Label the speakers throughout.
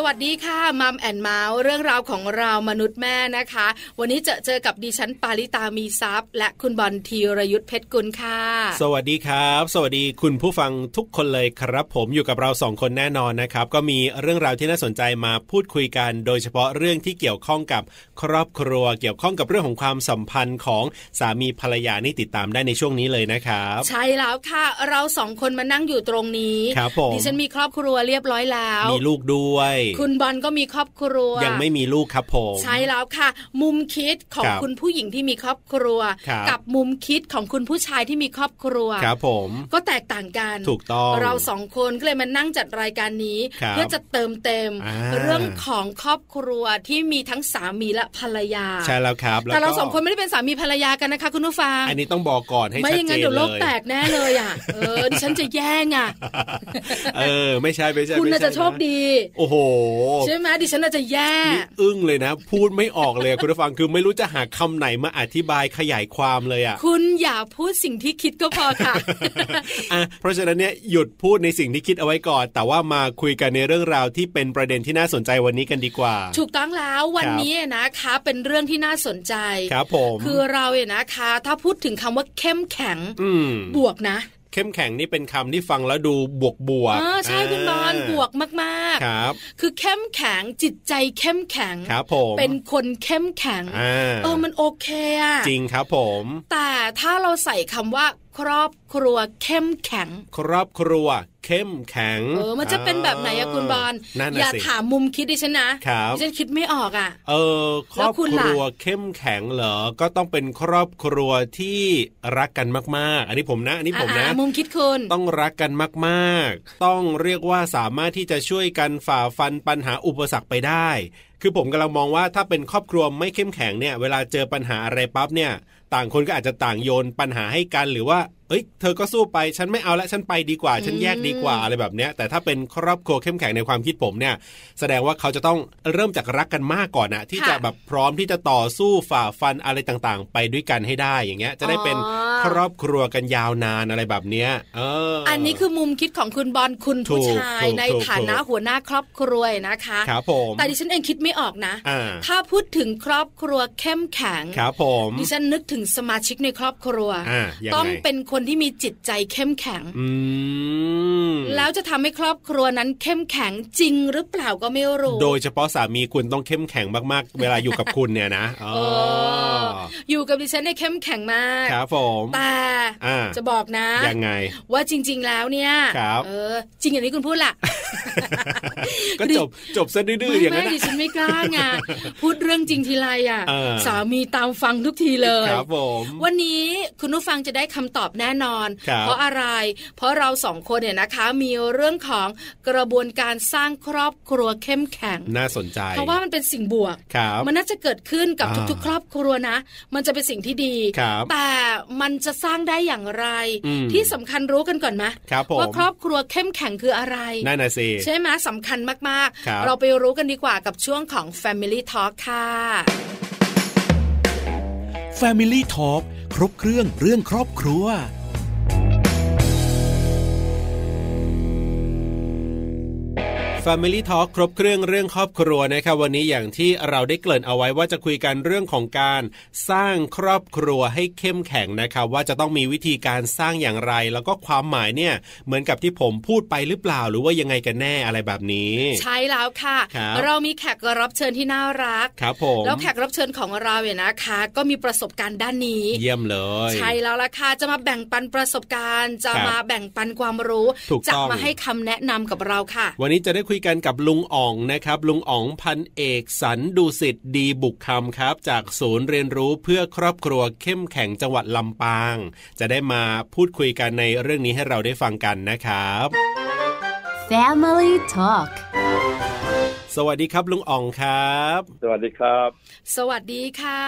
Speaker 1: สวัสดีค่ะมัมแอนเมาส์เรื่องราวของเรามนุษย์แม่นะคะ วันนี้เจอเจอกับดิฉันปาริตามีซัพย์ และคุณบอลธีรยุทธเพชรกุลค่ะ
Speaker 2: สวัสดีครับ สวัสดีคุณผู้ฟังทุกคนเลยครับ ผมอยู่กับเราสองคนแน่นอนนะครับ ก็มีเรื่องราวที่น่าสนใจมาพูดคุยกัน โดยเฉพาะเรื่องที่เกี่ยวข้องกับครอบครัว เกี่ยวข้องกับเรื่องของความสัมพันธ์ของสามีภรรยานี่ติดตามได้ในช่วงนี้เลยนะครับ
Speaker 1: ใช่แล้วค่ะ เราสองคนมานั่งอยู่ตรงนี้
Speaker 2: ครับผม
Speaker 1: ดิฉันมีครอบครัวเรียบร้อยแล้ว
Speaker 2: มีลูกด้วย
Speaker 1: คุณบอลก็มีครอบครัว
Speaker 2: ยังไม่มีลูกครับผม
Speaker 1: ใช่แล้วค่ะ มุมคิดของ
Speaker 2: ครับ
Speaker 1: คุณผู้หญิงที่มีครอบครัว
Speaker 2: ครับ
Speaker 1: กับมุมคิดของคุณผู้ชายที่มีครอบครัว
Speaker 2: ครับผม
Speaker 1: ก็แตกต่างกัน
Speaker 2: ถูกต้อง
Speaker 1: เราสองคนก็เลยมานั่งจัดรายการนี้
Speaker 2: ครับ
Speaker 1: เพื่อจะเติมเต็ม
Speaker 2: อ่า
Speaker 1: เรื่องของครอบครัวที่มีทั้งสามีและภรรยา
Speaker 2: ใช่แล้วครับ
Speaker 1: แต่เรา
Speaker 2: ก็
Speaker 1: สองคนไม่ได้เป็นสามีภรรยากันนะคะคุณผู้ฟัง
Speaker 2: อันนี้ต้องบอกก่อนให้
Speaker 1: ไม่
Speaker 2: ชัด
Speaker 1: อย่าง
Speaker 2: เจ
Speaker 1: นั้น
Speaker 2: น
Speaker 1: เดี๋ยว
Speaker 2: เล
Speaker 1: โลก
Speaker 2: ย
Speaker 1: แตกแน่เลยอ่ะ เอ อดิฉันจะแย่งอ่ะ
Speaker 2: เออไม่ใช่ไม่ใช่
Speaker 1: คุณ
Speaker 2: ไม่
Speaker 1: น่า
Speaker 2: ใช่
Speaker 1: จะโชคดี
Speaker 2: โอ้โห
Speaker 1: ใช่ไหมดิฉันน่าจะแย่
Speaker 2: นี่อึ้งเลยนะ พูดไม่ออกเลยอะคุณผู้ฟังคือไม่รู้จะหาคำไหนมาอธิบายขยายความเลย อ่ะ
Speaker 1: คุณอย่าพูดสิ่งที่คิดก็พอค่ะ
Speaker 2: อ่ะเพราะฉะนั้นเนี่ยหยุดพูดในสิ่งที่คิดเอาไว้ก่อน แต่ว่ามาคุยกันในเรื่องราวที่เป็นประเด็นที่น่าสนใจวันนี้กันดีกว่า
Speaker 1: ถูกต้องแล้ววัน
Speaker 2: ครับ
Speaker 1: นี้นะคะเป็นเรื่องที่น่าสนใจ
Speaker 2: ครับผม
Speaker 1: คือเราเนี่ยนะคะ ถ้าพูดถึงคำว่าเข้มแข็ง
Speaker 2: อืม
Speaker 1: บวกนะ
Speaker 2: เข้มแข็งนี่เป็นคำที่ฟังแล้วดูบวกบวก
Speaker 1: เออใช่คุณบอลบวกมาก
Speaker 2: ครับ
Speaker 1: ๆ คือเข้มแข็งจิตใจเข้มแข็ง
Speaker 2: ครับผม
Speaker 1: เป็นคนเข้มแข็ง
Speaker 2: อ่า
Speaker 1: เออมันโอเคอะ
Speaker 2: จริงครับผม
Speaker 1: แต่ถ้าเราใส่คำว่า ครอบครัวเข้มแข็ง
Speaker 2: ครอบครัว เข้มแข็ง
Speaker 1: เออมันจะเป็นแบบไหนอะคุณบอล
Speaker 2: นั่
Speaker 1: อ
Speaker 2: นน่ะ
Speaker 1: ย่า
Speaker 2: สิ
Speaker 1: ถามมุมคิดดิฉันนะครับ ดิฉันคิดไม่ออกอะ
Speaker 2: เออคร
Speaker 1: แล้
Speaker 2: อ
Speaker 1: ว
Speaker 2: บ
Speaker 1: คุณ
Speaker 2: ค
Speaker 1: ล่ะ
Speaker 2: รัวเข้มแข็งเหรอ ก็ต้องเป็นครอบครัวที่รักกันมาก ๆ อันนี้ผมนะ อันนี้ผม
Speaker 1: อ่า
Speaker 2: นะ
Speaker 1: มุมคิดคุณ
Speaker 2: ต้องรักกันมาก ๆ ต้องเรียกว่าสามารถที่จะช่วยกันฝ่าฟันปัญหาอุปสรรคไปได้ คือผมกำลังมองว่าถ้าเป็นครอบครัวไม่เข้มแข็งเนี่ย เวลาเจอปัญหาอะไรปั๊บเนี่ย ต่างคนก็อาจจะต่างโยนปัญหาให้กันหรือว่า เอ้ย เธอก็สู้ไปฉันไม่เอาละฉันไปดีกว่า ฉันแยกดีกว่าอะไรแบบเนี้ย แต่ถ้าเป็นครอบครัวเข้มแข็งในความคิดผมเนี่ย แสดงว่าเขาจะต้องเริ่มจากรักกันมากก่อนนะที่จะแบบพร้อมที่จะต่อสู้ฝ่าฟันอะไรต่างๆ ไปด้วยกันให้ได้อย่างเงี้ย จะได้เป็นครอบครัวกันยาวนานอะไรแบบเนี้ยเอออั
Speaker 1: อันนี้คือมุมคิดของคุณบอลคุณผู้
Speaker 2: ถูก
Speaker 1: ชาย
Speaker 2: ถูก
Speaker 1: ใน
Speaker 2: ถูก
Speaker 1: ฐานะ
Speaker 2: ถูก
Speaker 1: หัวหน้าครอบครัวนะคะ
Speaker 2: ครับผม
Speaker 1: แต่ดิฉันเองคิดไม่ออกนะ
Speaker 2: อ่า
Speaker 1: ถ้าพูดถึงครอบครัวเข้มแข็ง
Speaker 2: ครับผม
Speaker 1: ดิฉันนึกถึงสมาชิกในครอบครัว
Speaker 2: อ่ายังไง
Speaker 1: ต้องเป็นคนที่มีจิตใจเข้มแข็ง
Speaker 2: อืม
Speaker 1: แล้วจะทำให้ครอบครัวนั้นเข้มแข็งจริงหรือเปล่าก็ไม่รู้
Speaker 2: โดยเฉพาะสามีคุณต้องเข้มแข็งมากๆ เวลาอยู่กับคุณเนี่ยนะเอ
Speaker 1: เอ
Speaker 2: อ
Speaker 1: ออยู่กับดิฉันเนี่ยเข้มแข็งมาก
Speaker 2: ครับผม
Speaker 1: แต่
Speaker 2: อ่า
Speaker 1: จะบอกนะ
Speaker 2: ยังไง
Speaker 1: ว่าจริง ๆ แล้วเนี่ย
Speaker 2: ครับ
Speaker 1: เออ จริงอย่างที่คุณพูดล่ะ
Speaker 2: ก็จบจบซะดื้อ
Speaker 1: ไม่
Speaker 2: ๆอย่าง
Speaker 1: ไม่
Speaker 2: นั้น
Speaker 1: ดิ
Speaker 2: นะ
Speaker 1: ฉันไม่กล้าไงพูดเรื่องจริงทีไรอ่ะ
Speaker 2: เออ
Speaker 1: สามีตามฟังทุกทีเลย
Speaker 2: ครับผม
Speaker 1: วันนี้คุณผู้ฟังจะได้คำตอบแน่นอน
Speaker 2: ครับ
Speaker 1: เพราะอะไร เพราะเราสองคนเนี่ยนะคะ มีเรื่องของกระบวนการสร้างครอบครัวเข้มแข็ง
Speaker 2: น่าสนใจ
Speaker 1: เพราะว่ามันเป็นสิ่งบวก
Speaker 2: ครับ
Speaker 1: มันน่าจะเกิดขึ้นกับ
Speaker 2: อ่า
Speaker 1: ทุกๆ ครอบครัวนะ มันจะเป็นสิ่งที่ดี
Speaker 2: ครับ
Speaker 1: แต่มันจะสร้างได้อย่างไร
Speaker 2: อืม
Speaker 1: ที่สำคัญรู้กันก่อนไหม
Speaker 2: ครับผม
Speaker 1: ว่าครอบครัวเข้มแข็งคืออะไร
Speaker 2: นั่นน่ะสิ
Speaker 1: ใช่ไหมสำคัญมาก
Speaker 2: ครับ
Speaker 1: ๆ เราไปรู้กันดีกว่ากับช่วงของ Family Talk ค่ะ
Speaker 3: Family Talk ครบเครื่องเรื่องครอบครัว
Speaker 2: Family Talk ครบเครื่องเรื่องครอบครัวนะครับวันนี้อย่างที่เราได้เกริ่นเอาไว้ว่าจะคุยกันเรื่องของการสร้างครอบครัวให้เข้มแข็งนะครับว่าจะต้องมีวิธีการสร้างอย่างไร แล้วก็ความหมายเนี่ยเหมือนกับที่ผมพูดไปหรือเปล่า หรือว่ายังไงกันแน่อะไรแบบนี้
Speaker 1: ใช่แล้วค่ะ
Speaker 2: ครับ
Speaker 1: เรามีแขกรับเชิญที่น่ารัก
Speaker 2: ครับผม
Speaker 1: แล้วแขกรับเชิญของเราเนี่ยนะคะ ก็มีประสบการณ์ด้านนี้
Speaker 2: เยี่ยมเลย
Speaker 1: ใช่แล้วล่ะค่ะ จะมาแบ่งปันประสบการณ์ จะ
Speaker 2: ครับ
Speaker 1: มาแบ่งปันความรู้
Speaker 2: ถูก
Speaker 1: จะ
Speaker 2: ต้อง
Speaker 1: มาให้คำแนะนำกับเราค่ะ
Speaker 2: วันนี้จะได้คุยกันกับลุงอ่องนะครับ ลุงอ่องพันเอกสันดุสิตดีบุกคำครับ จากศูนย์เรียนรู้เพื่อครอบครัวเข้มแข็งจังหวัดลำปาง จะได้มาพูดคุยกันในเรื่องนี้ให้เราได้ฟังกันนะครับ
Speaker 4: Family Talk
Speaker 2: สวัสดีครับลุงอ่องครับ
Speaker 5: สวัสดีครับ
Speaker 1: สวัสดีค่ะ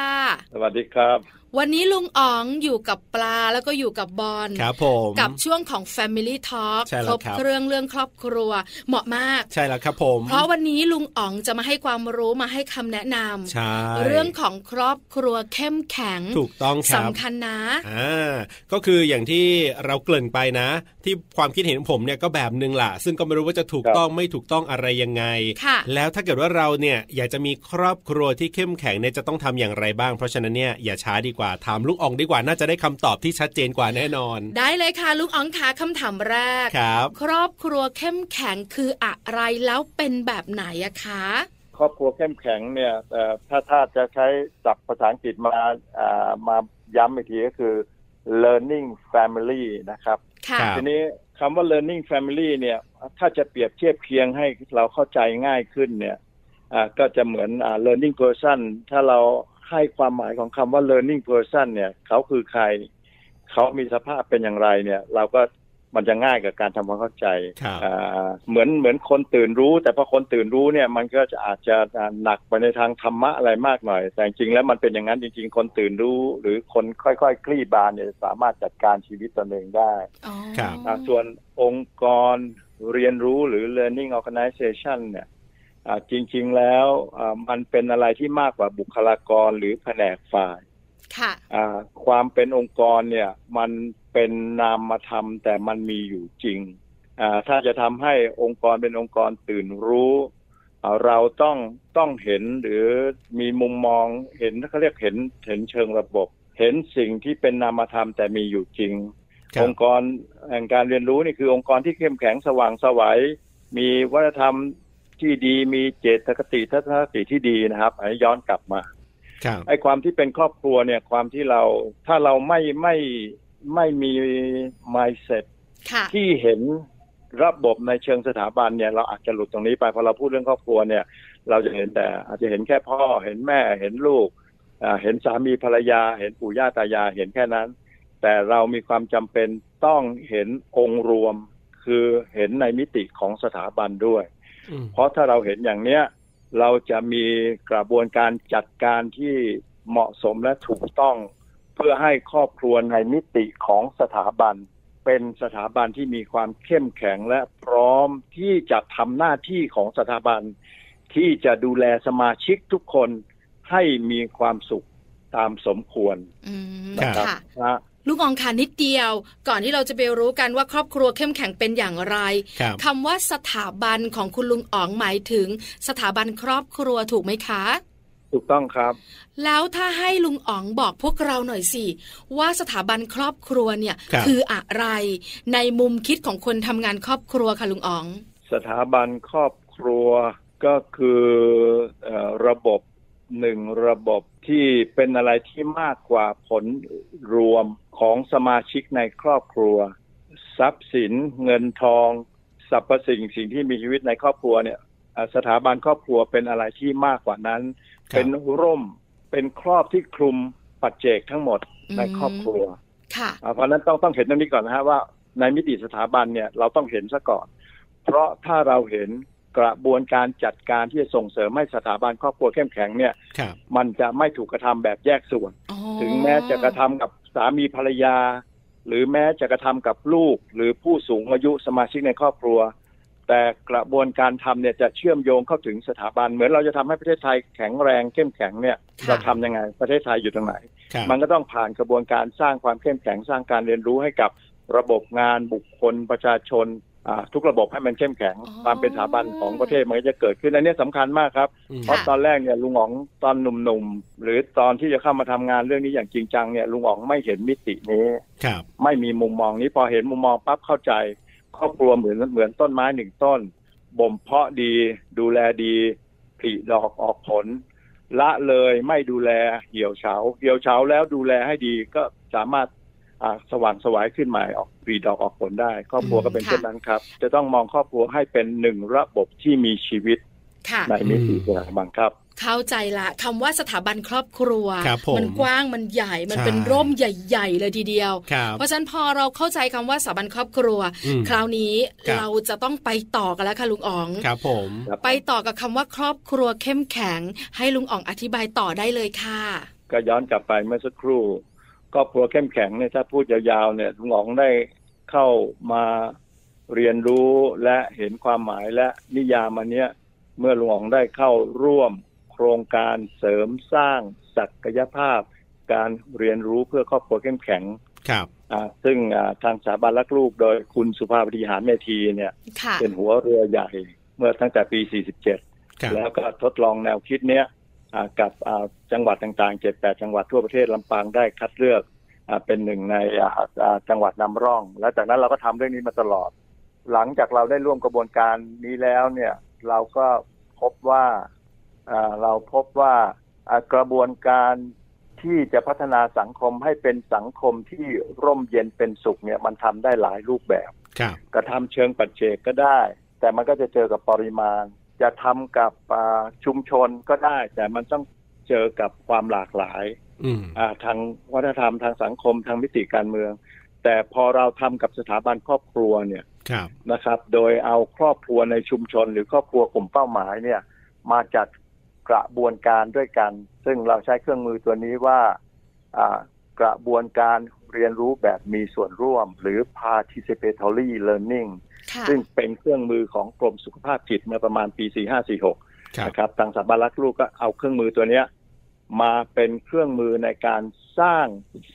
Speaker 5: สวัสดีครับ
Speaker 1: วันนี้ลุงอ๋องอยู่กับปลาแล้วก็อยู่กับบอล
Speaker 2: ครับผม
Speaker 1: กับช่วงของ Family Talk
Speaker 2: ใช่แล้
Speaker 1: คว รบ
Speaker 2: ครับ
Speaker 1: เครื่องเรื่องครอบครัวเหมาะมาก
Speaker 2: ใช่แล้วครับผม
Speaker 1: เพราะวันนี้ลุงอ๋องจะมาให้ความรู้มาให้คำแนะนำ
Speaker 2: ใช่
Speaker 1: เรื่องของครอบครัวเข้มแข็ง
Speaker 2: ถูกต้องครับ
Speaker 1: สำคัญนะ
Speaker 2: อ่าก็คืออย่างที่เราเกริ่นไปนะ ที่ความคิดเห็นผมเนี่ยก็แบบหนึ่งล่ะ ซึ่งก็ไม่รู้ว่าจะถูก
Speaker 5: ครับ
Speaker 2: ต้องไม่ถูกต้องอะไรยังไง
Speaker 1: ค่ะ
Speaker 2: แล้วถ้าเกิดว่าเราเนี่ยอยากจะมีครอบครัวที่เข้มแข็งเนี่ยจะต้องทำอย่างไรบ้าง เพราะฉะนั้นเนี่ยอย่าช้าดีกว่าถามลุงอองดีกว่าน่าจะได้คำตอบที่ชัดเจนกว่าแน่นอน
Speaker 1: ได้เลยค่ะลุงอ๋องค่ะคำถามแรก
Speaker 2: ครับ
Speaker 1: ครอบครัวเข้มแข็งคืออะไรแล้วเป็นแบบไหนอะคะ
Speaker 5: ครอบครัวเข้มแข็งเนี่ยเอ่อถ้าถ้าจะใช้ศัพท์ภาษาอังกฤษมาอ่ามาย้ำอีกทีก็คือ learning family นะครับ
Speaker 1: ค่ะ
Speaker 2: ครับ
Speaker 5: ทีนี้คำว่า learning family เนี่ย ถ้าจะเปรียบเทียบเคียงให้เราเข้าใจง่ายขึ้นเนี่ยอ่าก็จะเหมือนอ่า learning person ถ้าเราให้ความหมายของคำว่า learning person เนี่ยเขาคือใคร เขามีสภาพเป็นอย่างไรเนี่ย เราก็มันจะง่ายกับการทำความเข้าใจ
Speaker 2: ครับ
Speaker 5: อ่าเหมือนเหมือนคนตื่นรู้ แต่พอคนตื่นรู้เนี่ยมันก็จะอาจจะอ่าหนักไปในทางธรรมะอะไรมากหน่อย แต่จริงๆแล้วมันเป็นอย่างนั้นจริง ๆ คนตื่นรู้ หรือคนค่อยๆ คลี่บานเนี่ยสามารถจัดการชีวิตตนเองได้
Speaker 1: อ๋อ
Speaker 2: ครับ
Speaker 5: อ่าส่วนองค์กรเรียนรู้หรือ learning organization เนี่ยอ่าจริงๆแล้วอ่ามันเป็นอะไรที่มากกว่าบุคลากรหรือแผนกฝ่าย
Speaker 1: ค่ะ
Speaker 5: อ่าความเป็นองค์กรเนี่ยมันเป็นนามธรรมแต่มันมีอยู่จริงอ่าถ้าจะทำให้องค์กรเป็นองค์กรตื่นรู้อ่าเราต้องต้องเห็นหรือมีมุมมองเห็นเขาเรียกเห็นเห็นเชิงระบบ เห็นสิ่งที่เป็นนามธรรมแต่มีอยู่จริง
Speaker 2: ครั
Speaker 5: อบ งค์กรแห่งการเรียนรู้นี่คือองค์กรที่เข้มแข็งสว่างไสวัยมีวัฒนธรรมที่ดีมีเจตคติทัศนคติที่ดีนะครับอันนี้ย้อนกลับมา
Speaker 2: ครับ
Speaker 5: ไอ้ความที่เป็นครอบครัวเนี่ยความที่เราถ้าเราไม่ไม่ไม่มี mindset
Speaker 1: ค่ะ
Speaker 5: ที่เห็นระบบในเชิงสถาบันเนี่ยเราอาจจะหลุดตรงนี้ไปพอเราพูดเรื่องครอบครัวเนี่ย เราจะเห็นแต่อาจจะเห็นแค่พ่อเห็นแม่เห็นลูกอ่าเห็นสามีภรรยา เห็นปู่ย่าตายายเห็นแค่นั้น แต่เรามีความจำเป็นต้องเห็นองค์รวม คือเห็นในมิติของสถาบันด้วย
Speaker 2: อืม
Speaker 5: เพราะถ้าเราเห็นอย่างเนี้ยเราจะมีกระบวนการจัดการที่เหมาะสมและถูกต้อง เพื่อให้ครอบครัวในมิติของสถาบัน เป็นสถาบันที่มีความเข้มแข็งและพร้อมที่จะทำหน้าที่ของสถาบัน ที่จะดูแลสมาชิกทุกคนให้มีความสุขตามสมควร
Speaker 1: อืม
Speaker 5: นะ
Speaker 1: ค่ะ
Speaker 5: นะ
Speaker 1: ลูกอ๋องค่ะนิดเดียว ก่อนที่เราจะไปรู้กันว่าครอบครัวเข้มแข็งเป็นอย่างไร
Speaker 2: ครับ
Speaker 1: คำว่าสถาบันของคุณลุงอ๋องหมายถึง สถาบันครอบครัวถูกไหมคะ
Speaker 5: ถูกต้องครับ
Speaker 1: แล้วถ้าให้ลุงอ๋องบอกพวกเราหน่อยสิว่าสถาบันครอบครัวเนี่ย
Speaker 2: ครับ
Speaker 1: ออะไร ในมุมคิดของคนทำงานครอบครัวค่ะลุงอ๋อง
Speaker 5: สถาบันครอบครัวก็คือเออระบบหนึ่งระบบที่เป็นอะไรที่มากกว่าผลรวมของสมาชิกในครอบครัว ทรัพย์สินเงินทองสรรพสิ่งสิ่งที่มีชีวิตในครอบครัวเนี่ยอ่าสถาบันครอบครัวเป็นอะไรที่มากกว่านั้น
Speaker 2: ครับ
Speaker 5: เป็นร่มเป็นครอบที่คลุมปัจเจกทั้งหมดในครอบครัว
Speaker 1: ค่ะ
Speaker 5: อ่าเพราะฉะนั้นต้องต้องเห็นตรงนี้ก่อนนะฮะว่าในมิติสถาบันเนี่ยเราต้องเห็นซะก่อน เพราะถ้าเราเห็นกระบวนการจัดการที่จะส่งเสริมให้สถาบันครอบครัวเข้มแข็งเนี่ย
Speaker 2: ครับ
Speaker 5: มันจะไม่ถูกกระทำแบบแยกส่วน
Speaker 1: อ๋อ
Speaker 5: ถึงแม้จะกระทำกับสามีภรรยา หรือแม้จะกระทำกับลูก หรือผู้สูงอายุสมาชิกในครอบครัว แต่กระบวนการทำเนี่ยจะเชื่อมโยงเข้าถึงสถาบัน เหมือนเราจะทำให้ประเทศไทยแข็งแรงเข้มแข็งเนี่ย
Speaker 1: ะ
Speaker 5: เราทำยังไงประเทศไทยอยู่ตรงไหน
Speaker 2: ครับ
Speaker 5: มันก็ต้องผ่านกระบวนการสร้างความเข้มแข็งสร้างการเรียนรู้ให้กับระบบงานบุคคลประชาชนอ่าทุกระบบให้มันเข้มแข็ง
Speaker 1: อ๋อ
Speaker 5: ความเป็นสถาบันของประเทศมันก็จะเกิดขึ้นอันนี้สำคัญมากครับ
Speaker 2: อืม
Speaker 5: เพ
Speaker 1: ค่ะ
Speaker 5: ราะตอนแรกเนี่ยลุงอ๋องตอนหนุ่มๆ หรือตอนที่จะเข้ามาทำงานเรื่องนี้อย่างจริงจังเนี่ยลุงอ๋องไม่เห็นมิตินี้
Speaker 2: ครับ
Speaker 5: ไม่มีมุมมองนี้พอเห็นมุมมองปั๊บเข้าใจ ครอบครัวเหมือนเหมือนต้นไม้หนึ่งต้น บ่มเพาะดี ดูแลดีผลิดอกออกผล ละเลยไม่ดูแลเหี่ยวเฉาเหี่ยวเฉาแล้วดูแลให้ดีก็สามารถอ่าสว่างสวายขึ้นใหม่ออกผลิดอกออกผลได้ ครอบครัวก็เป็น
Speaker 1: ค่ะ
Speaker 5: เช่นนั้นครับ จะต้องมองครอบครัวให้เป็นหนึ่งระบบที่มีชีวิต
Speaker 1: ค่ะ
Speaker 5: ในมิติต่างๆครับ
Speaker 1: เข้าใจละคำว่าสถาบันครอบครัว
Speaker 2: ครับผม
Speaker 1: มันกว้างมันใหญ่มัน
Speaker 2: ใช่
Speaker 1: เป็นร่มใหญ่ๆเลยทีเดียว
Speaker 2: ครับ
Speaker 1: เพราะฉะนั้นพอเราเข้าใจคำว่าสถาบันครอบครัว
Speaker 2: อืม
Speaker 1: คราวนี้
Speaker 2: ครับ
Speaker 1: เราจะต้องไปต่อกันแล้วค่ะลุงอ๋อง
Speaker 2: ครับผม
Speaker 5: ครับ
Speaker 1: ไปต่อกับคำว่าครอบครัวเข้มแข็ง ให้ลุงอ๋องอธิบายต่อได้เลยค่ะ
Speaker 5: ก็ย้อนกลับไปเมื่อสักครู่ครอบครัวเข้มแข็งเนี่ยถ้าพูดยาวๆเนี่ยลุงอ๋องได้เข้ามาเรียนรู้และเห็นความหมายและนิยามอันเนี้ยเมื่อลุงอ๋องได้เข้าร่วมโครงการเสริมสร้างศักยภาพ การเรียนรู้เพื่อครอบครัวเข้มแข็ง
Speaker 2: ครับ
Speaker 5: อ่าซึ่งอ่าทางสถาบันรักลูกโดยคุณสุภาพดีหารเมธีเนี่ย
Speaker 1: ค่ะ
Speaker 5: เป็นหัวเรือใหญ่เมื่อตั้งแต่ปี 47
Speaker 2: ครับ
Speaker 5: แล้วก็ทดลองแนวคิดเนี้ยอ่ากับอ่าจังหวัดต่างๆ 78 จังหวัดทั่วประเทศลำปางได้คัดเลือกอาเป็นหนึ่งในอ่าอ่าจังหวัดนำร่อง และจากนั้นเราก็ทำเรื่องนี้มาตลอด หลังจากเราได้ร่วมกระบวนการนี้แล้วเนี่ยเราก็พบว่าอ่าเราพบว่าอ่ากระบวนการที่จะพัฒนาสังคมให้เป็นสังคมที่ร่มเย็นเป็นสุขเนี่ยมันทำได้หลายรูปแบบ
Speaker 2: ครับ
Speaker 5: กระทำเชิงปัจเจกก็ได้ แต่มันก็จะเจอกับปริมาณ จะทำกับอ่าชุมชนก็ได้ แต่มันต้องเจอกับความหลากหลาย
Speaker 2: อืม
Speaker 5: อ่าทางวัฒนธรรมทางสังคมทางมิติการเมือง แต่พอเราทำกับสถาบันครอบครัวเนี่ย
Speaker 2: ครับ
Speaker 5: นะครับ โดยเอาครอบครัวในชุมชน หรือครอบครัวกลุ่มเป้าหมายเนี่ยมาจัดกระบวนการด้วยกัน ซึ่งเราใช้เครื่องมือตัวนี้ว่าอ่ากระบวนการเรียนรู้แบบมีส่วนร่วม หรือ participatory learning
Speaker 1: ค่ะ
Speaker 5: ซึ่งเป็นเครื่องมือของกรมสุขภาพจิตเมื่อประมาณปี 4546
Speaker 2: ครับ
Speaker 5: นะครับ ทางสถาบันรักลูกก็เอาเครื่องมือตัวเนี้ยมาเป็นเครื่องมือในการสร้าง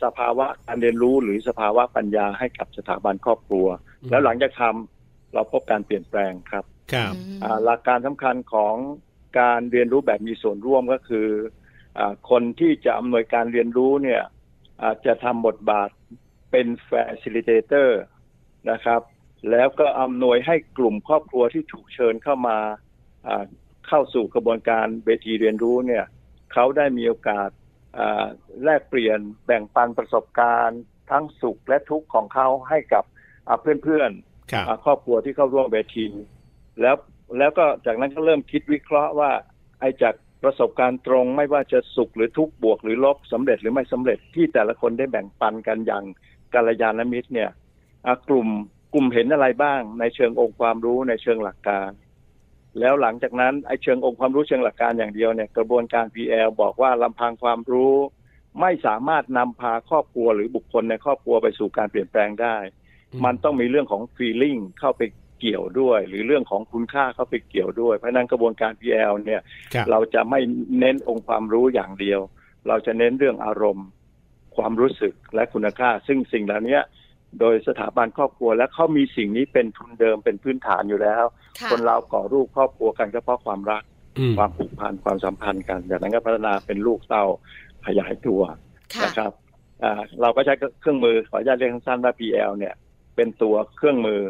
Speaker 5: สภาวะการเรียนรู้หรือสภาวะปัญญาให้กับสถาบันครอบครัว
Speaker 2: อืม
Speaker 5: แล้วหลังจากทำเราพบการเปลี่ยนแปลงครับ
Speaker 2: ครับ
Speaker 5: อ่าหลักการสำคัญของการเรียนรู้แบบมีส่วนร่วมก็คืออาคนที่จะอำนวยการเรียนรู้เนี่ยอาจจะทำบทบาทเป็น facilitator นะครับ แล้วก็อำนวยให้กลุ่มครอบครัวที่ถูกเชิญเข้ามาอ่าเข้าสู่กระบวนการเวทีเรียนรู้เนี่ยเขาได้มีโอกาสอ่าแลกเปลี่ยนแบ่งปันประสบการณ์ ทั้งสุขและทุกข์ของเขาให้กับอ่าเพื่อนๆ
Speaker 2: ครับ
Speaker 5: อ่าครอบครัวที่เข้าร่วมเวที แล้วแล้วก็จากนั้นก็เริ่มคิดวิเคราะห์ว่า ไอ้จากประสบการณ์ตรงไม่ว่าจะสุขหรือทุกข์บวกหรือลบสำเร็จหรือไม่สำเร็จที่แต่ละคนได้แบ่งปันกันอย่างกัลยาณมิตรเนี่ยอ่ะกลุ่มกลุ่มเห็นอะไรบ้าง ในเชิงองค์ความรู้ในเชิงหลักการ แล้วหลังจากนั้นไอ้เชิงองค์ความรู้เชิงหลักการอย่างเดียวเนี่ยกระบวนการ PL บอกว่าลำพังความรู้ ไม่สามารถนำพาครอบครัวหรือบุคคลในครอบครัวไปสู่การเปลี่ยนแปลงได้ มันต้องมีเรื่องของ feeling เข้าไปเกี่ยวด้วย หรือเรื่องของคุณค่าเข้าไปเกี่ยวด้วย เพราะฉะนั้นกระบวนการ PL เนี่ย
Speaker 2: ครับ
Speaker 5: เราจะไม่เน้นองค์ความรู้อย่างเดียว เราจะเน้นเรื่องอารมณ์ ความรู้สึกและคุณค่า ซึ่งสิ่งเหล่านี้โดยสถาบันครอบครัวและเขามีสิ่งนี้เป็นทุนเดิมเป็นพื้นฐานอยู่แล้ว
Speaker 1: ค่ะ
Speaker 5: คนเราก่อรูปครอบครัวกันก็เพราะความรัก
Speaker 2: อืม
Speaker 5: ความผูกพันความสัมพันธ์กันจากนั้นก็พัฒนาเป็นลูกเต้าขยายตัว
Speaker 1: ค่ะ
Speaker 5: นะครับอ่าเราก็ใช้เครื่องมือขออนุญาตเรียกสั้นๆว่า PL เนี่ยเป็นตัวเครื่องมือ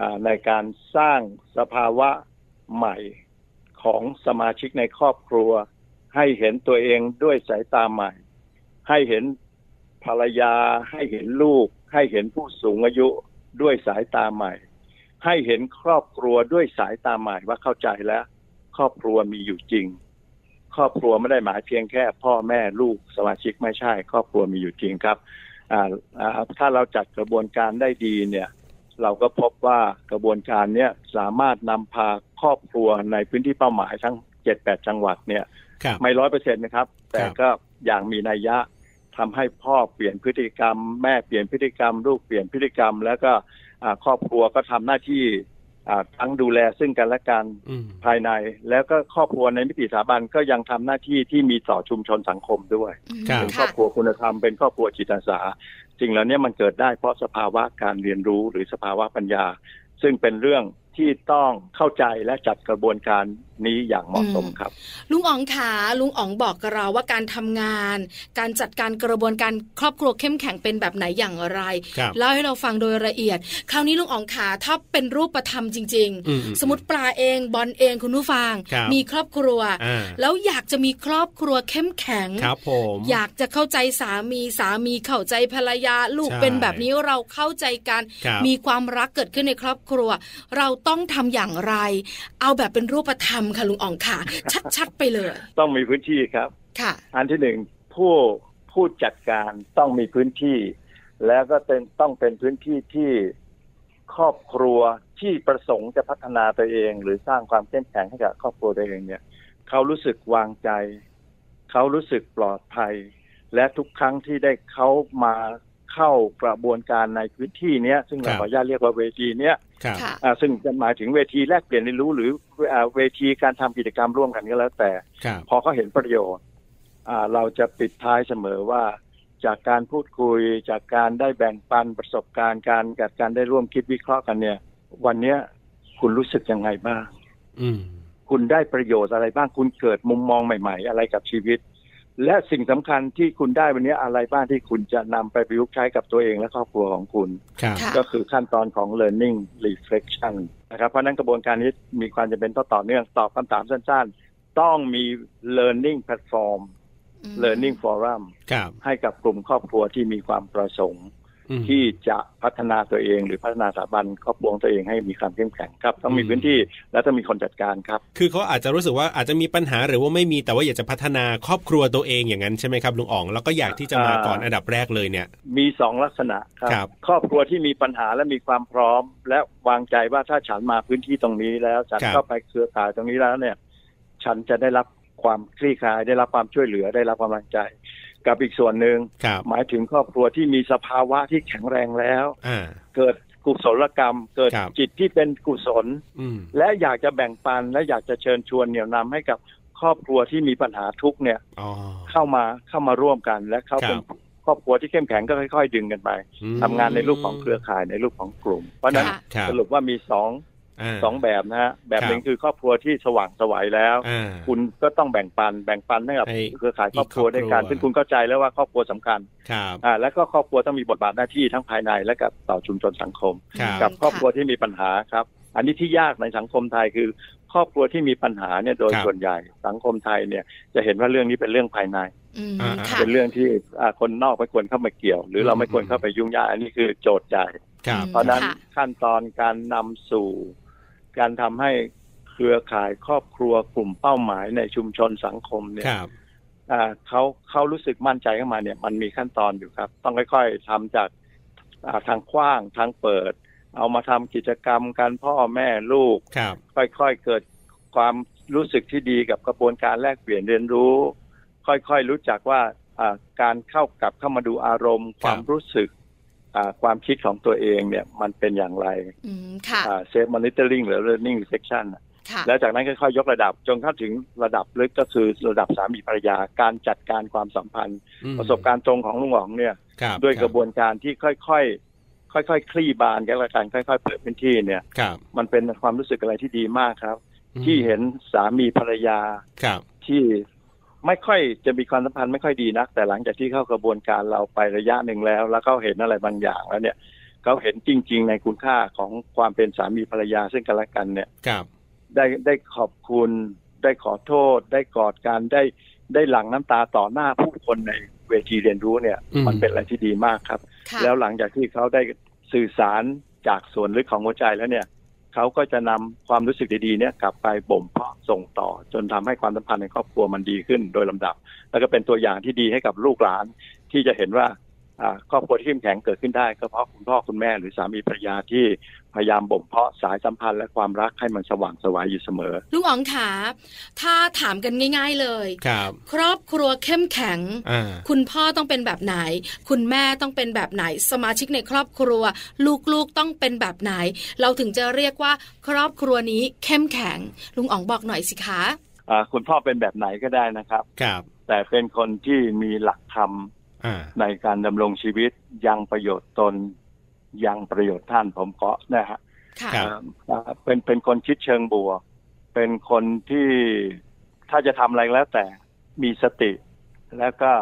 Speaker 5: อาในการสร้างสภาวะใหม่ของสมาชิกในครอบครัว ให้เห็นตัวเองด้วยสายตาใหม่ ให้เห็นภรรยา ให้เห็นลูก ให้เห็นผู้สูงอายุด้วยสายตาใหม่ ให้เห็นครอบครัวด้วยสายตาใหม่ว่าเข้าใจแล้ว ครอบครัวมีอยู่จริง ครอบครัวไม่ได้หมายเพียงแค่ พ่อแม่ลูกสมาชิกไม่ใช่ ครอบครัวมีอยู่จริงครับอ่าอ่าถ้าเราจัดกระบวนการได้ดีเนี่ย เราก็พบว่ากระบวนการเนี้ยสามารถนำพาครอบครัวในพื้นที่เป้าหมายทั้งเจ็ดแปดจังหวัดเนี่ย
Speaker 2: ครับ
Speaker 5: ไม่ร้อยเปอร์เซ็นต์นะครับ แต่
Speaker 2: ครับ
Speaker 5: ก็อย่างมีนัยยะทำให้พ่อเปลี่ยนพฤติกรรม แม่เปลี่ยนพฤติกรรม ลูกเปลี่ยนพฤติกรรม แล้วก็อ่าครอบครัวก็ทำหน้าที่อ่าทั้งดูแลซึ่งกันและกัน
Speaker 2: อืม
Speaker 5: ภายในแล้วก็ครอบครัวในมิติสถาบันก็ยังทำหน้าที่ที่มีต่อชุมชนสังคมด้วย
Speaker 2: ครับ
Speaker 5: เป็นครอบครัวคุณธรรมเป็นครอบครัวจิตอาสาสิ่งเหล่านี้มันเกิดได้เพราะสภาวะการเรียนรู้หรือสภาวะปัญญา ซึ่งเป็นเรื่องที่ต้องเข้าใจและจัดกระบวนการนี้อย่างเหมาะสมครับ
Speaker 1: ลุงอ๋องขาลุงอ๋องบอกกับเราว่าการทำงาน การจัดการกระบวนการครอบครัวเข้มแข็งเป็นแบบไหนอย่างไร
Speaker 2: ครับ
Speaker 1: เล่าให้เราฟังโดยละเอียด คราวนี้ลุงอ๋องขาถ้าเป็นรูปธรรมจริง
Speaker 2: อื
Speaker 1: ๆ สมมติปลาเองบอลเองคุณผู้ฟัง
Speaker 2: ครับ
Speaker 1: มีครอบครัว
Speaker 2: อ่า
Speaker 1: แล้วอยากจะมีครอบครัวเข้มแข็ง
Speaker 2: ครับผม
Speaker 1: อยากจะเข้าใจสามีสามีเข้าใจภรรยาลูก
Speaker 2: ใช่
Speaker 1: เป็นแบบนี้เราเข้าใจกัน
Speaker 2: ครับ
Speaker 1: มีความรักเกิดขึ้นในครอบครัว เราต้องทำอย่างไร เอาแบบเป็นรูปธรรมค่ะลุงอ่องค่ะ ชัดๆไปเลย
Speaker 5: ต้องมีพื้นที่ครับ
Speaker 1: ค่ะ
Speaker 5: อันที่หนึ่งผู้ผู้จัดการต้องมีพื้นที่ แล้วก็เป็นต้องเป็นพื้นที่ที่ครอบครัวที่ประสงค์จะพัฒนาตัวเอง หรือสร้างความเข้มแข็งให้กับครอบครัวตัวเองเนี่ย เขารู้สึกวางใจ เขารู้สึกปลอดภัย และทุกครั้งที่ได้เขามาเข้ากระบวนการในพื้นที่เนี้ยซึ่ง
Speaker 2: ครั
Speaker 5: เรา
Speaker 2: บ
Speaker 5: ขออนุญาตเรียกว่าเวทีเนี้ย
Speaker 2: ครับ
Speaker 1: ค่ะ
Speaker 5: อ่าซึ่งจะหมายถึงเวทีแลกเปลี่ยนเรียนรู้หรืออ่าเวทีการทำกิจกรรมร่วมกันก็แล้วแต่
Speaker 2: ครับ
Speaker 5: พอเขาเห็นประโยชน์อ่าเราจะปิดท้ายเสมอว่า จากการพูดคุย จากการได้แบ่งปันประสบการณ์การจัดการได้ร่วมคิดวิเคราะห์กันเนี่ย วันเนี้ยคุณรู้สึกยังไงบ้าง
Speaker 2: อืม
Speaker 5: คุณได้ประโยชน์อะไรบ้างคุณเกิดมุมมองใหม่ๆ อะไรกับชีวิต และสิ่งสำคัญที่คุณได้วันนี้อะไรบ้างที่คุณจะนำไปประยุกต์ใช้กับตัวเองและครอบครัวของคุณ
Speaker 2: ครับ
Speaker 1: ค่ะ
Speaker 5: ก็คือขั้นตอนของ learning reflection นะครับ เพราะฉะนั้นกระบวนการนี้มีความจำเป็นต้องต่อเนื่องตอบคำถามสั้นๆ ต้องมี learning platform
Speaker 1: อืม
Speaker 5: learning forum
Speaker 2: ครับ
Speaker 5: ให้กับกลุ่มครอบครัวที่มีความประสงค์
Speaker 2: อืม
Speaker 5: ที่จะพัฒนาตัวเองหรือพัฒนาสถาบันครอบครัวของตัวเองให้มีความเข้มแข็งครับ ต้องมี
Speaker 2: อืม
Speaker 5: พื้นที่และต้องมีคนจัดการครับ
Speaker 2: คือเขาอาจจะรู้สึกว่าอาจจะมีปัญหาหรือว่าไม่มีแต่ว่าอยากจะพัฒนาครอบครัวตัวเองอย่างนั้นใช่ไหมครับลุงอ๋องแล้วก็อยากที่จะมาก่อนอันดับแรกเลยเนี่ย
Speaker 5: มีสองลักษณะครับ
Speaker 2: ครับ
Speaker 5: ครอบครัวที่มีปัญหาและมีความพร้อม และวางใจว่าถ้าฉันมาพื้นที่ตรงนี้แล้วฉันเข้าไปเครือข่ายตรงนี้แล้วเนี่ย ฉันจะได้รับความคลี่คลาย ได้รับความช่วยเหลือได้รับความรังใจ กับอีกส่วนหนึ่ง
Speaker 2: ครับ
Speaker 5: หมายถึงครอบครัวที่มีสภาวะที่แข็งแรงแล้ว
Speaker 2: อ่า
Speaker 5: เกิดกุศลกรรม เกิด
Speaker 2: ครับ
Speaker 5: จิตที่เป็นกุศล
Speaker 2: อืม
Speaker 5: และอยากจะแบ่งปันและอยากจะเชิญชวนเหนี่ยวนำให้กับครอบครัวที่มีปัญหาทุกข์เนี่ย
Speaker 2: อ๋อ
Speaker 5: เข้ามาเข้ามาร่วมกัน และเขาเป็น
Speaker 2: ครับ
Speaker 5: ครอบครัวที่เข้มแข็งก็ค่อย ๆ ดึงกันไป
Speaker 2: อืม
Speaker 5: ทำงานในรูปของเครือข่ายในรูปของกลุ่ม เพราะฉะนั้น
Speaker 1: ค่ะ
Speaker 2: ครับ
Speaker 5: สรุปว่ามีสอง
Speaker 2: อ่า
Speaker 5: สองแบบนะฮะ แบบหนึ่งคือครอบครัวที่สว่างไสวัยแล้ว
Speaker 2: อ่า
Speaker 5: คุณก็ต้องแบ่งปัน แบ่งปันให้กับ
Speaker 2: ให้
Speaker 5: เครือข่ายครอบครัว
Speaker 2: อีกครอบครัว
Speaker 5: ด้วยกัน ซึ่งคุณเข้าใจแล้วว่าครอบครัวสำคัญ
Speaker 2: ครับ
Speaker 5: อ่าและก็ครอบครัวต้องมีบทบาทหน้าที่ทั้งภายในและกับต่อชุมชนสังคม
Speaker 2: ครับ
Speaker 5: กับครอบครัว
Speaker 1: ะ
Speaker 5: ที่มีปัญหาครับ อันนี้ที่ยากในสังคมไทยคือ ครอบครัวที่มีปัญหาเนี่ยโดย
Speaker 2: ครับ
Speaker 5: ส่วนใหญ่สังคมไทยเนี่ยจะเห็นว่าเรื่องนี้เป็นเรื่องภายใน
Speaker 1: อืม
Speaker 2: อ่า
Speaker 1: ค่ะ
Speaker 5: เป็นเรื่องที่อ่าคนนอกไม่ควรเข้ามาเกี่ยว หรือเราไม่ควรเข้าไปยุ่งยากอันนี้คือโจทย์ใหญ่
Speaker 2: ครับ
Speaker 5: เพราะฉะนั้น
Speaker 1: ค่ะ
Speaker 5: ขั้นตอนการนำสู่ การทำให้เครือข่ายครอบครัวกลุ่มเป้าหมายในชุมชนสังคมเนี่ย
Speaker 2: ครับ
Speaker 5: อ่าเขาเขารู้สึกมั่นใจเข้ามาเนี่ย มันมีขั้นตอนอยู่ครับ ต้องค่อยๆทำจากอ่าทางกว้างทางเปิด เอามาทำกิจกรรมการพ่อแม่ลูก
Speaker 2: ครับ
Speaker 5: ค่อยๆ เกิดความรู้สึกที่ดีกับกระบวนการแลกเปลี่ยนเรียนรู้ ค่อยๆ รู้จักว่าอ่าการเข้ากลับเข้ามาดูอารมณ์
Speaker 2: ค
Speaker 5: ครับ วามรู้สึกอ่าความคิดของตัวเองเนี่ยมันเป็นอย่างไร
Speaker 1: อืมค่ะ
Speaker 5: เซฟมอนิเตอร์ลิงหรือ learning section น่ะ
Speaker 1: ค่ะ
Speaker 5: แล้วจากนั้นค่อยๆ ยกระดับ จนเข้าถึงระดับลึกก็คือระดับสามีภรรยาการจัดการความสัมพันธ์
Speaker 2: อืม
Speaker 5: ประสบการณ์ตรงของลุงหวองเนี่ย
Speaker 2: ครับ
Speaker 5: ด้วยกระบวนการที่ค่อยๆ ค่อยๆ คลี่บานกันละกันค่อยๆ เปิดพื้นที่เนี่ย
Speaker 2: ครับ
Speaker 5: มันเป็นความรู้สึกอะไรที่ดีมากครับ
Speaker 2: อืม
Speaker 5: ที่เห็นสามีภรรยา
Speaker 2: ครับ
Speaker 5: ที่ไม่ค่อยจะมีความสัมพันธ์ไม่ค่อยดีนัก แต่หลังจากที่เข้ากระบวนการเราไประยะหนึ่งแล้ว แล้วเขาเห็นอะไรบางอย่างแล้วเนี่ยเขาเห็นจริง ๆ ในคุณค่าของความเป็นสามีภรรยาซึ่งกันและกันเนี่ย
Speaker 2: ครับ
Speaker 5: ได้ได้ขอบคุณ ได้ขอโทษ ได้กอดกันได้ได้หลั่งน้ำตาต่อหน้าผู้คนในเวทีเรียนรู้เนี่ย
Speaker 2: อืม
Speaker 5: มันเป็นอะไรที่ดีมากครับ
Speaker 1: ค่ะ
Speaker 5: แล้วหลังจากที่เขาได้สื่อสารจากส่วนลึกของหัวใจแล้วเนี่ยเขาก็จะนำความรู้สึกดีๆเนี่ยกลับไปบ่มเพาะส่งต่อ จนทำให้ความสัมพันธ์ในครอบครัวมันดีขึ้นโดยลำดับ แล้วก็เป็นตัวอย่างที่ดีให้กับลูกหลาน ที่จะเห็นว่าอ่าครอบครัวที่เข้มแข็งเกิดขึ้นได้ก็เพราะคุณพ่อคุณแม่หรือสามีภรรยาที่พยายามบ่มเพาะสายสัมพันธ์และความรักให้มันสว่างไสวายอยู่เสมอ
Speaker 1: ลุงอ๋องขาถ้าถามกันง่าย ๆเลย
Speaker 2: ครับ
Speaker 1: ครอบครัวเข้มแข็ง
Speaker 2: อ่า
Speaker 1: คุณพ่อต้องเป็นแบบไหน คุณแม่ต้องเป็นแบบไหน สมาชิกในครอบครัว ลูกๆต้องเป็นแบบไหน เราถึงจะเรียกว่า ครอบครัวนี้เข้มแข็ง ลุงอ๋องบอกหน่อยสิคะ
Speaker 5: อ่าคุณพ่อเป็นแบบไหนก็ได้นะครับ
Speaker 2: ครับ
Speaker 5: แต่เป็นคนที่มีหลักธรรม
Speaker 2: อ่า
Speaker 5: ในการดำรงชีวิตยังประโยชน์ตนยังประโยชน์ท่านผมเกาะนะฮะ
Speaker 1: ค่ะ
Speaker 2: ครับ
Speaker 5: เอ่อเป็นเป็นคนคิดเชิงบวก เป็นคนที่ถ้าจะทำอะไรแล้วแต่มีสติ แล้วก็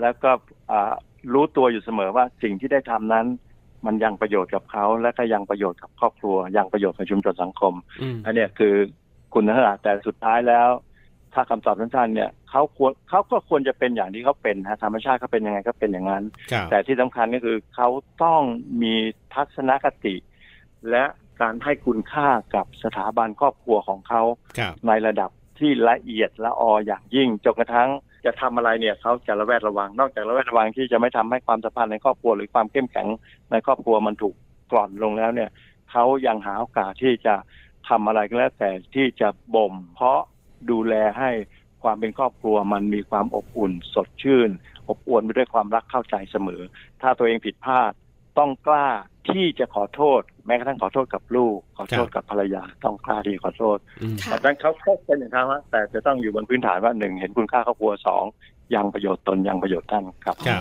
Speaker 5: แล้วก็อ่ารู้ตัวอยู่เสมอว่าสิ่งที่ได้ทำนั้น มันยังประโยชน์กับเขา และก็ยังประโยชน์กับครอบครัว ยังประโยชน์กับชุมชนสังคม
Speaker 2: อืม
Speaker 5: อันเนี้ยคือคุณลักษณะแต่สุดท้ายแล้ว ถ้าคำตอบสั้นๆเนี่ยเขาควรเขาก็ควรจะเป็นอย่างที่เขาเป็นฮะธรรมชาติเขาเป็นยังไงก็เป็นอย่างนั้น
Speaker 2: ครับ
Speaker 5: แต่ที่สำคัญก็คือเขาต้องมีทัศนคติ และการให้คุณค่ากับสถาบันครอบครัวของเขา
Speaker 2: ครับ
Speaker 5: ในระดับที่ละเอียดละอออย่างยิ่งจนกระทั่งจะทำอะไรเนี่ยเขาจะระแวดระวัง นอกจากระแวดระวังที่จะไม่ทำให้ความสัมพันธ์ในครอบครัวหรือความเข้มแข็งในครอบครัวมันถูกกร่อนลงแล้วเนี่ยเขายังหาโอกาสที่จะทำอะไรก็แล้วแต่ที่จะบ่มเพาะดูแลให้ ความเป็นครอบครัวมันมีความอบอุ่น สดชื่น อบอวลไปด้วยความรักเข้าใจเสมอ ถ้าตัวเองผิดพลาดต้องกล้าที่จะขอโทษ แม้กระทั่งขอโทษกับลูก ขอโทษกับภรรยา ต้องกล้าที่จะขอโทษ
Speaker 2: อืม
Speaker 1: ค่ะ
Speaker 5: ดังนั้นเขาครบกันอย่างท้าว่าแต่จะต้องอยู่บนพื้นฐานว่าหนึ่งเห็นคุณค่าครอบครัวสองยังประโยชน์ตนยังประโยชน์ท่านครับ
Speaker 1: อ๋อ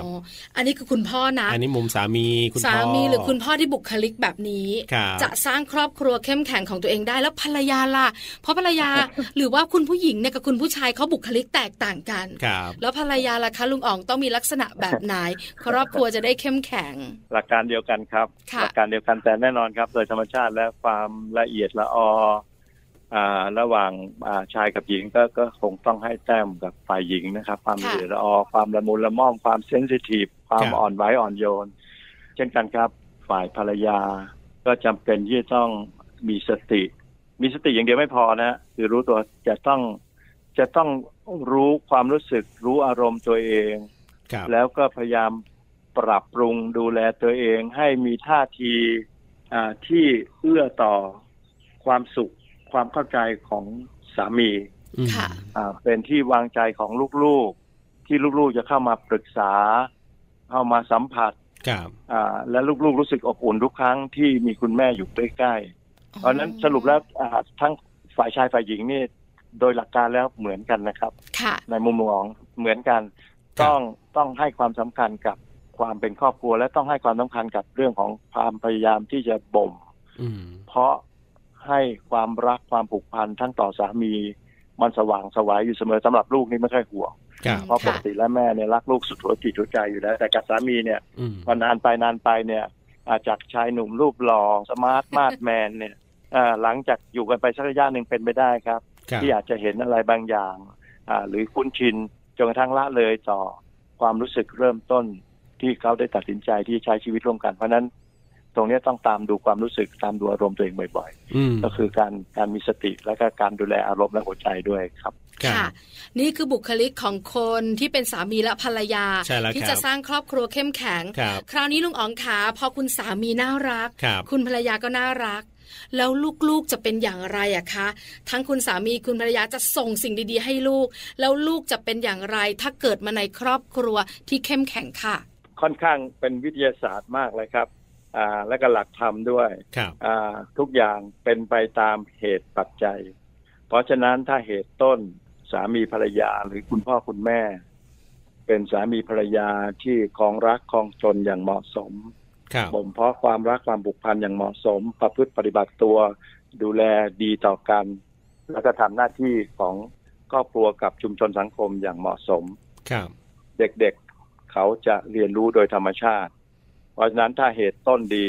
Speaker 1: อันนี้คือคุณพ่อนะ
Speaker 2: อันนี้มุมสามีคุณพ่อ
Speaker 1: สามีหรือคุณพ่อที่บุคลิกแบบนี้
Speaker 2: ครับ
Speaker 1: จะสร้างครอบครัวเข้มแข็งของตัวเองได้แล้วภรรยาล่ะ เพราะภรรยา หรือว่าคุณผู้หญิงเนี่ยกับคุณผู้ชายเขาบุคลิกแตกต่างกัน
Speaker 2: ครับ
Speaker 1: แล้วภรรยาล่ะคะลุงอ๋องต้องมีลักษณะแบบไหน ครอบครัวจะได้เข้มแข็ง
Speaker 5: หลักการเดียวกันครับ
Speaker 1: ค่ะ
Speaker 5: หลัการเดียวกันแต่แน่นอนครับ โดยธรรมชาติและความละเอียดละอออ่าระหว่างอ่าชายกับหญิงก็ก็คงต้องให้แต้มกับฝ่ายหญิงนะครับ ความละ
Speaker 1: ค่ะ
Speaker 5: เอียดละออความละมุนละม่อมความเซนซิทีฟความ
Speaker 2: ครับ
Speaker 5: อ่อนไหวอ่อนโยน เช่นกันครับ ฝ่ายภรรยา ก็จำเป็นที่จะต้องมีสติ มีสติอย่างเดียวไม่พอนะ คือรู้ตัวจะต้องจะต้องรู้ความรู้สึก รู้อารมณ์ตัวเอง
Speaker 2: ครับ
Speaker 5: แล้วก็พยายามปรับปรุงดูแลตัวเองให้มีท่าทีอ่าที่เอื้อต่อความสุขความเข้าใจของสามี
Speaker 2: อืม
Speaker 1: ค่ะ
Speaker 5: อ่าเป็นที่วางใจของลูกๆ ที่ลูกๆจะเข้ามาปรึกษา เข้ามาสัมผัส
Speaker 2: ครับ
Speaker 5: อ่าและลูกๆรู้สึกอบอุ่นทุกครั้งที่มีคุณแม่อยู่ใกล้ๆเพราะฉะนั้นสรุปแล้วอ่าทั้งฝ่ายชายฝ่ายหญิงนี่โดยหลักการแล้วเหมือนกันนะครับ
Speaker 1: ค่ะ
Speaker 5: ในมุมมองเหมือนกัน ต้องต้องให้ความสำคัญกับความเป็นครอบครัว และต้องให้ความสำคัญกับเรื่องของความพยายามที่จะบ่ม
Speaker 2: อืม
Speaker 5: เพราะให้ความรักความผูกพันทั้งต่อสามี มันสว่างสวายอยู่เสมอสำหรับลูกนี่ไม่ค่อยห่วง
Speaker 2: ครับ
Speaker 5: เพราะ
Speaker 1: ค่ะ
Speaker 5: ปกติแล้วแม่เนี่ยรักลูกสุดหัวจิตหัวใจอยู่แล้ว แต่กับสามีเนี่ย
Speaker 2: อืม
Speaker 5: พอนานไปนานไปเนี่ยอาจากชายหนุ่มรูปหล่อสมาร์ทมาดแมนเนี่ยอ่าหลังจากอยู่กันไปสักระยะหนึ่งเป็นไปได้ครับ
Speaker 2: ครับ
Speaker 5: ที่อาจจะเห็นอะไรบางอย่างอ่าหรือคุ้นชินจนกระทั่งละเลยต่อความรู้สึกเริ่มต้นที่เขาได้ตัดสินใจที่ใช้ชีวิตร่วมกัน เพราะฉะนั้น ตรงเนี้ยต้องตามดูความรู้สึกตามดูอารมณ์ตัวเองบ่อย
Speaker 2: อืม
Speaker 5: ๆ ก็คือการการมีสติและก็การดูแลอารมณ์และหัวใจด้วยครับ
Speaker 2: ครับ
Speaker 1: ค่ะ นี่คือบุคลิกของคนที่เป็นสามีและภรรยา
Speaker 2: ใช่แล้ว
Speaker 1: ที่
Speaker 2: ครับ
Speaker 1: จะสร้างครอบครัวเข้มแข็ง
Speaker 2: ครับ
Speaker 1: คราวนี้ลุงอ๋องขาพอคุณสามีน่ารัก
Speaker 2: ครับ
Speaker 1: คุณภรรยาก็น่ารัก แล้วลูกๆจะเป็นอย่างไรอะคะ ทั้งคุณสามีคุณภรรยาจะส่งสิ่งดีๆ ให้ลูก แล้วลูกจะเป็นอย่างไร ถ้าเกิดมาในครอบครัวที่เข้มแข็งค่ะ
Speaker 5: ค่อนข้างเป็นวิทยาศาสตร์มากเลยครับอ่าและก็หลักธรรมด้วย
Speaker 2: ครับ
Speaker 5: อ่าทุกอย่างเป็นไปตามเหตุปัจจัย เพราะฉะนั้นถ้าเหตุต้นสามีภรรยาหรือคุณพ่อคุณแม่ เป็นสามีภรรยาที่ครองรักครองจนอย่างเหมาะสม
Speaker 2: ครับ
Speaker 5: บ่มเพาะความรักความผูกพันอย่างเหมาะสม ประพฤติปฏิบัติตัว ดูแลดีต่อกัน แล้วก็ทำหน้าที่ของครอบครัวกับชุมชนสังคมอย่างเหมาะสม
Speaker 2: ครับ
Speaker 5: เด็กๆ เขาจะเรียนรู้โดยธรรมชาติ เพราะฉะนั้นถ้าเหตุต้นดี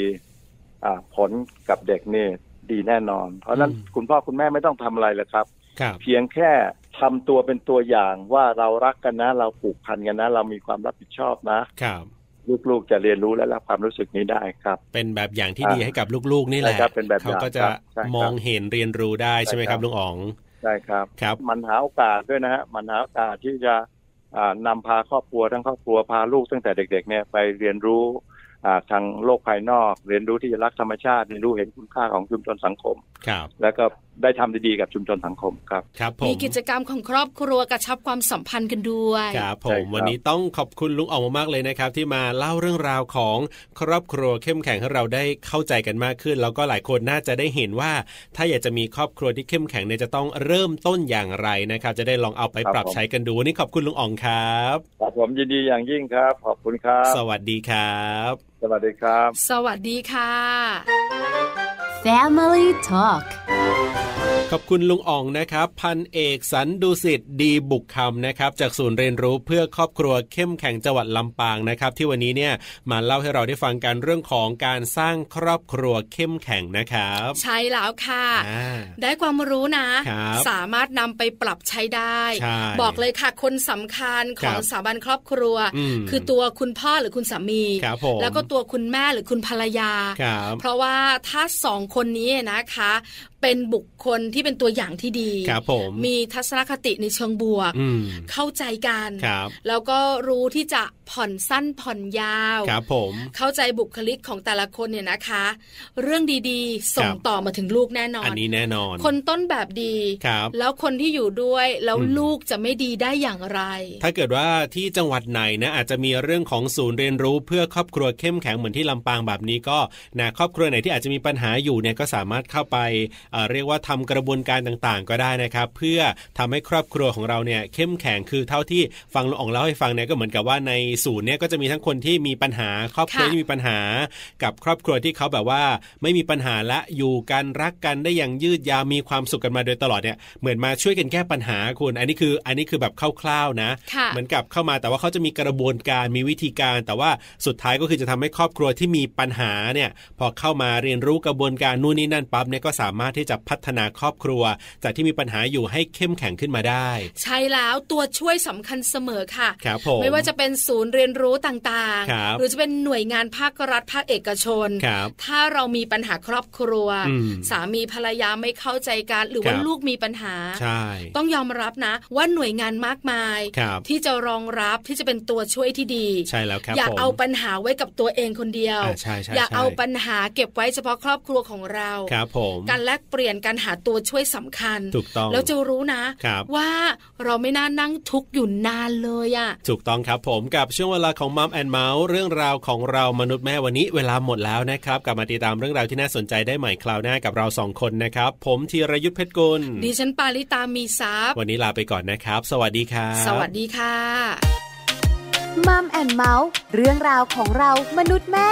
Speaker 5: อ่าผลกับเด็กนี่ดีแน่นอน เพราะฉะนั้น
Speaker 2: อืม
Speaker 5: คุณพ่อคุณแม่ไม่ต้องทำอะไรเลยครับ
Speaker 2: ครับ
Speaker 5: เพียงแค่ทำตัวเป็นตัวอย่างว่าเรารักกันนะ เราผูกพันกันนะ เรามีความรับผิดชอบนะ
Speaker 2: ครับ
Speaker 5: ลูกๆ จะเรียนรู้และรับความรู้สึกนี้ได้ครับ
Speaker 2: เป็นแบบอย่างที่
Speaker 5: อ่า
Speaker 2: ดีให้กับลูกๆนี่แหละ
Speaker 5: ใช่ครับเป็นแบบอย่าง
Speaker 2: เขาก็จะ
Speaker 5: ครับใช่ครับ
Speaker 2: มองเห็นเรียนรู้ได้ใช่ไหมครับ
Speaker 5: ใช่ครับ
Speaker 2: ลุงอ๋อง
Speaker 5: ได้ครับ
Speaker 2: ครับ
Speaker 5: มันหาโอกาสด้วยนะฮะ มันหาโอกาสที่จะอ่านำพาครอบครัวทั้งครอบครัวพาลูกตั้งแต่เด็ก ๆ เนี่ยไปเรียนรู้อ่าทางโลกภายนอก เรียนรู้ที่จะรักธรรมชาติเรียนรู้เห็นคุณค่าของชุมชนสังคม
Speaker 2: ครับ
Speaker 5: แล้วก็ได้ทำดีๆกับชุมชนสังคมครับ
Speaker 2: ครับผม
Speaker 1: มีกิจกรรมของครอบครัวกระชับความสัมพันธ์กันด้วย
Speaker 2: ครับผ
Speaker 5: ใช่
Speaker 2: ม
Speaker 5: ครับ
Speaker 2: วันนี้ต้องขอบคุณลุงออกมากๆเลยนะครับ ที่มาเล่าเรื่องราวของครอบครัวเข้มแข็งให้เราได้เข้าใจกันมากขึ้น แล้วก็หลายคนน่าจะได้เห็นว่า ถ้าอยากจะมีครอบครัวที่เข้มแข็งเนี่ยจะต้องเริ่มต้นอย่างไรนะครับ จะได้ลองเอาไปปรับใช้กันดูวันนี้ขอบคุณลุงอ่องครับ
Speaker 5: ครับผมยินดีอย่างยิ่งครับ ขอบคุณครับ
Speaker 2: สวัสดีครับ
Speaker 5: สวัสดีครับ
Speaker 1: สวัสดีค่ะ
Speaker 4: Family Talk
Speaker 2: ขอบคุณลุงอ่องนะครับ พันเอกสันดุสิตดีบุกคำนะครับ จากศูนย์เรียนรู้เพื่อครอบครัวเข้มแข็งจังหวัดลำปางนะครับ ที่วันนี้เนี่ยมาเล่าให้เราได้ฟังกันเรื่องของการสร้างครอบครัวเข้มแข็งนะครับ
Speaker 1: ใช่แล้วค่ะ
Speaker 2: อ่า
Speaker 1: ได้ความรู้นะ
Speaker 2: ครับ
Speaker 1: สามารถนำไปปรับใช้ได้
Speaker 2: ใช่
Speaker 1: บอกเลยค่ะ คนสำคัญของ
Speaker 2: ครับ
Speaker 1: สถาบันครอบครัว
Speaker 2: อืม
Speaker 1: คือตัวคุณพ่อหรือคุณสามี
Speaker 2: ครับผม
Speaker 1: แล้วก็ตัวคุณแม่หรือคุณภรรยา
Speaker 2: ครับ
Speaker 1: เพราะว่าถ้าสองคนนี้นะคะ เป็นบุคคลที่เป็นตัวอย่างที่ดี
Speaker 2: ครับผม
Speaker 1: มีทัศนคติในเชิงบวก
Speaker 2: อืม
Speaker 1: เข้าใจกัน
Speaker 2: ครับ
Speaker 1: แล้วก็รู้ที่จะ ผ่อนสั้นผ่อนยาว
Speaker 2: ครับผม
Speaker 1: เข้าใจบุคลิกของแต่ละคนเนี่ยนะคะ เรื่องดีๆ ส่ง
Speaker 2: ครับ
Speaker 1: ต่อมาถึงลูกแน่นอ
Speaker 2: อั
Speaker 1: น
Speaker 2: นนี้แน่นอน
Speaker 1: คนต้นแบบดี
Speaker 2: ครับ
Speaker 1: แล้วคนที่อยู่ด้วย แล้ว
Speaker 2: อืม
Speaker 1: ลูกจะไม่ดีได้อย่างไร
Speaker 2: ถ้าเกิดว่าที่จังหวัดไหนนะอาจจะมีเรื่องของศูนย์เรียนรู้เพื่อครอบครัวเข้มแข็งเหมือนที่ลำปางแบบนี้ก็นะครอบครัวไหนที่อาจจะมีปัญหาอยู่เนี่ยก็สามารถเข้าไปเอ่อเรียกว่าทำกระบวนการต่างๆ ก็ได้นะครับ เพื่อทำให้ครอบครัวของเราเนี่ยเข้มแข็งคือเท่าที่ฟังลุงอ๋องเล่าให้ฟังเนี่ยก็เหมือนกับว่าในศูนย์เนี่ยก็จะมีทั้งคนที่มีปัญหาครอบครัว
Speaker 1: ค่ะ
Speaker 2: ที่มีปัญหา กับครอบครัวที่เขาแบบว่า ไม่มีปัญหาและอยู่กันรักกันได้อย่างยืดยาวมีความสุขกันมาโดยตลอดเนี่ยเหมือนมาช่วยกันแก้ปัญหาคุณ อันนี้คืออันนี้คือแบบคร่าวๆนะ
Speaker 1: ค่ะ
Speaker 2: เหมือนกับเข้ามาแต่ว่าเขาจะมีกระบวนการมีวิธีการ แต่ว่าสุดท้ายก็คือจะทำให้ครอบครัวที่มีปัญหาเนี่ยพอเข้ามาเรียนรู้กระบวนการนู่นนี่นั่นปั๊บเนี่ยก็สามารถที่จะพัฒนาครอบครัว จากที่มีปัญหาอยู่ให้เข้มแข็งขึ้นมาได้
Speaker 1: ใช่แล้วตัวช่วยสำคัญเสมอค่ะ
Speaker 2: ครับผม
Speaker 1: ไม่ว่าจะเป็นศูนย์เรียนรู้ต่าง
Speaker 2: ครับ
Speaker 1: ๆ หรือจะเป็นหน่วยงานภาครัฐภาคเอกชน
Speaker 2: ครับ
Speaker 1: ถ้าเรามีปัญหาครอบครัว
Speaker 2: อืม
Speaker 1: สามีภรรยาไม่เข้าใจกัน หรือว่า
Speaker 2: ครับ
Speaker 1: ลูกมีปัญหา
Speaker 2: ใช่
Speaker 1: ต้องยอมรับนะ ว่าหน่วยงานมากมาย
Speaker 2: ครับ
Speaker 1: ที่จะรองรับที่จะเป็นตัวช่วยที่ดี
Speaker 2: ใช่แล้วครับ
Speaker 1: อย่า
Speaker 2: ผม
Speaker 1: เอาปัญหาไว้กับตัวเองคนเดียว
Speaker 2: อ่าใช่ใช่
Speaker 1: อย่า
Speaker 2: ใช่
Speaker 1: เอาปัญหาเก็บไว้เฉพาะครอบครัวของเรา
Speaker 2: ครับผม
Speaker 1: การแลกเปลี่ยนการหาตัวช่วยสำคัญ
Speaker 2: ถูกต้อง
Speaker 1: แล้วจะรู้นะ
Speaker 2: ครับ
Speaker 1: ว่าเราไม่น่านั่งทุกข์อยู่นานเลยอะ่ะ
Speaker 2: ถูกต้องครับผมกับช่วงเวลาของมัมแอนเมาส์เรื่องราวของเรามนุษย์แม่วันนี้เวลาหมดแล้วนะครับกลับมาติดตามเรื่องราวที่น่าสนใจได้ใหม่คราวหน้ากับเราสองคนนะครับ ผมธีรยุทธเพชรกุล
Speaker 1: ดิฉันปาริตามีซัพย์
Speaker 2: วันนี้ลาไปก่อนนะครับ สวัสดีครับ
Speaker 1: สวัสดีค่ะ
Speaker 4: มัมแอนเมาส์เรื่องราวของเรามนุษย์แม่